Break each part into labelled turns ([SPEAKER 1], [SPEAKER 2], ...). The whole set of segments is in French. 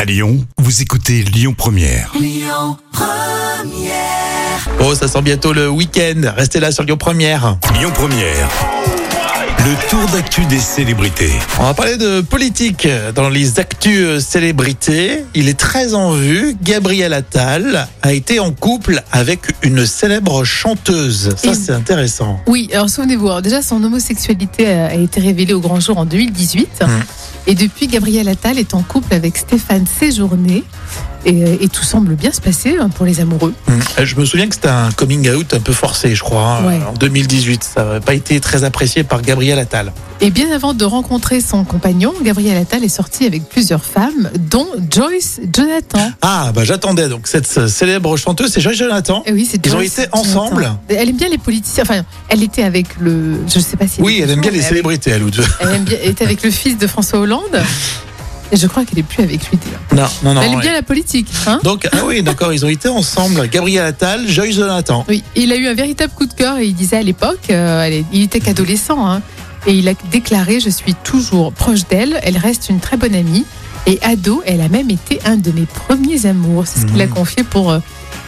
[SPEAKER 1] À Lyon, vous écoutez Lyon Première.
[SPEAKER 2] Oh, ça sent bientôt le week-end. Restez là sur Lyon Première.
[SPEAKER 1] Lyon Première. Le tour d'actu des célébrités.
[SPEAKER 2] On va parler de politique dans les actus euh, célébrités. Il est très en vue. Gabriel Attal a été en couple avec une célèbre chanteuse. Ça,
[SPEAKER 3] Et-
[SPEAKER 2] c'est intéressant.
[SPEAKER 3] Oui, alors souvenez-vous, alors déjà son homosexualité a a été révélée au grand jour en 2018.
[SPEAKER 2] Mm.
[SPEAKER 3] Et depuis, Gabriel Attal est en couple avec Stéphane Séjourné. Et, euh, et tout semble bien se passer hein, pour les amoureux.
[SPEAKER 2] Euh, Je me souviens que c'était un coming out un peu forcé, je crois, hein,
[SPEAKER 3] Ouais.
[SPEAKER 2] en 2018. Ça n'a pas été très apprécié par Gabriel Attal.
[SPEAKER 3] Et bien avant de rencontrer son compagnon, Gabriel Attal est sorti avec plusieurs femmes, dont Joyce Jonathan.
[SPEAKER 2] Ah, bah j'attendais donc cette euh, célèbre chanteuse, c'est Joyce Jonathan.
[SPEAKER 3] Eh oui, c'est
[SPEAKER 2] Ils ont
[SPEAKER 3] Joyce
[SPEAKER 2] été
[SPEAKER 3] Jonathan.
[SPEAKER 2] ensemble
[SPEAKER 3] Elle aime bien les politiciens. Enfin, elle était avec le. Je sais pas si.
[SPEAKER 2] Oui, elle aime bien les
[SPEAKER 3] mais elle-
[SPEAKER 2] célébrités, elle ou deux.
[SPEAKER 3] Elle, aime bien- elle était avec le fils de François Hollande. Et je crois qu'elle est plus avec lui. d'ailleurs.
[SPEAKER 2] Non, non, non.
[SPEAKER 3] elle aime
[SPEAKER 2] ouais.
[SPEAKER 3] bien la politique. Hein
[SPEAKER 2] Donc, ah oui, d'accord, ils ont été ensemble. Gabriel Attal, Joyce Jonathan.
[SPEAKER 3] Oui, il a eu un véritable coup de cœur et il disait à l'époque, euh, elle est- il était qu'adolescent, hein, et il a déclaré Je suis toujours proche d'elle, elle reste une très bonne amie. Et ado, elle a même été un de mes premiers amours. C'est ce qu'il a
[SPEAKER 2] Mhm.
[SPEAKER 3] confié pour euh,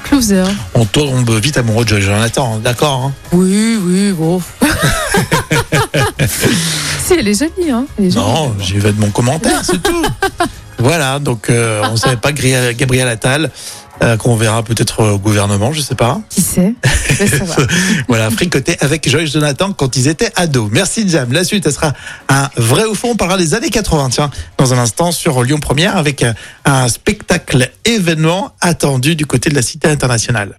[SPEAKER 3] Closer.
[SPEAKER 2] On tombe vite amoureux de Joyce Jonathan, d'accord hein
[SPEAKER 3] Oui, oui, bon. si, elle est jolie, hein. elle est jolie.
[SPEAKER 2] Non, j'y vais de mon commentaire, c'est tout. Voilà, donc euh, on ne savait pas Gri- Gabriel Attal, euh, qu'on verra peut-être au gouvernement, je sais pas.
[SPEAKER 3] Qui sait Je vais savoir.
[SPEAKER 2] Voilà, fricoté avec Joyce Jonathan quand ils étaient ados. Merci Jam. La suite, elle sera un vrai ou faux. On parlera des années 80, tiens, dans un instant sur Lyon Première avec un- un spectacle événement attendu du côté de la Cité internationale.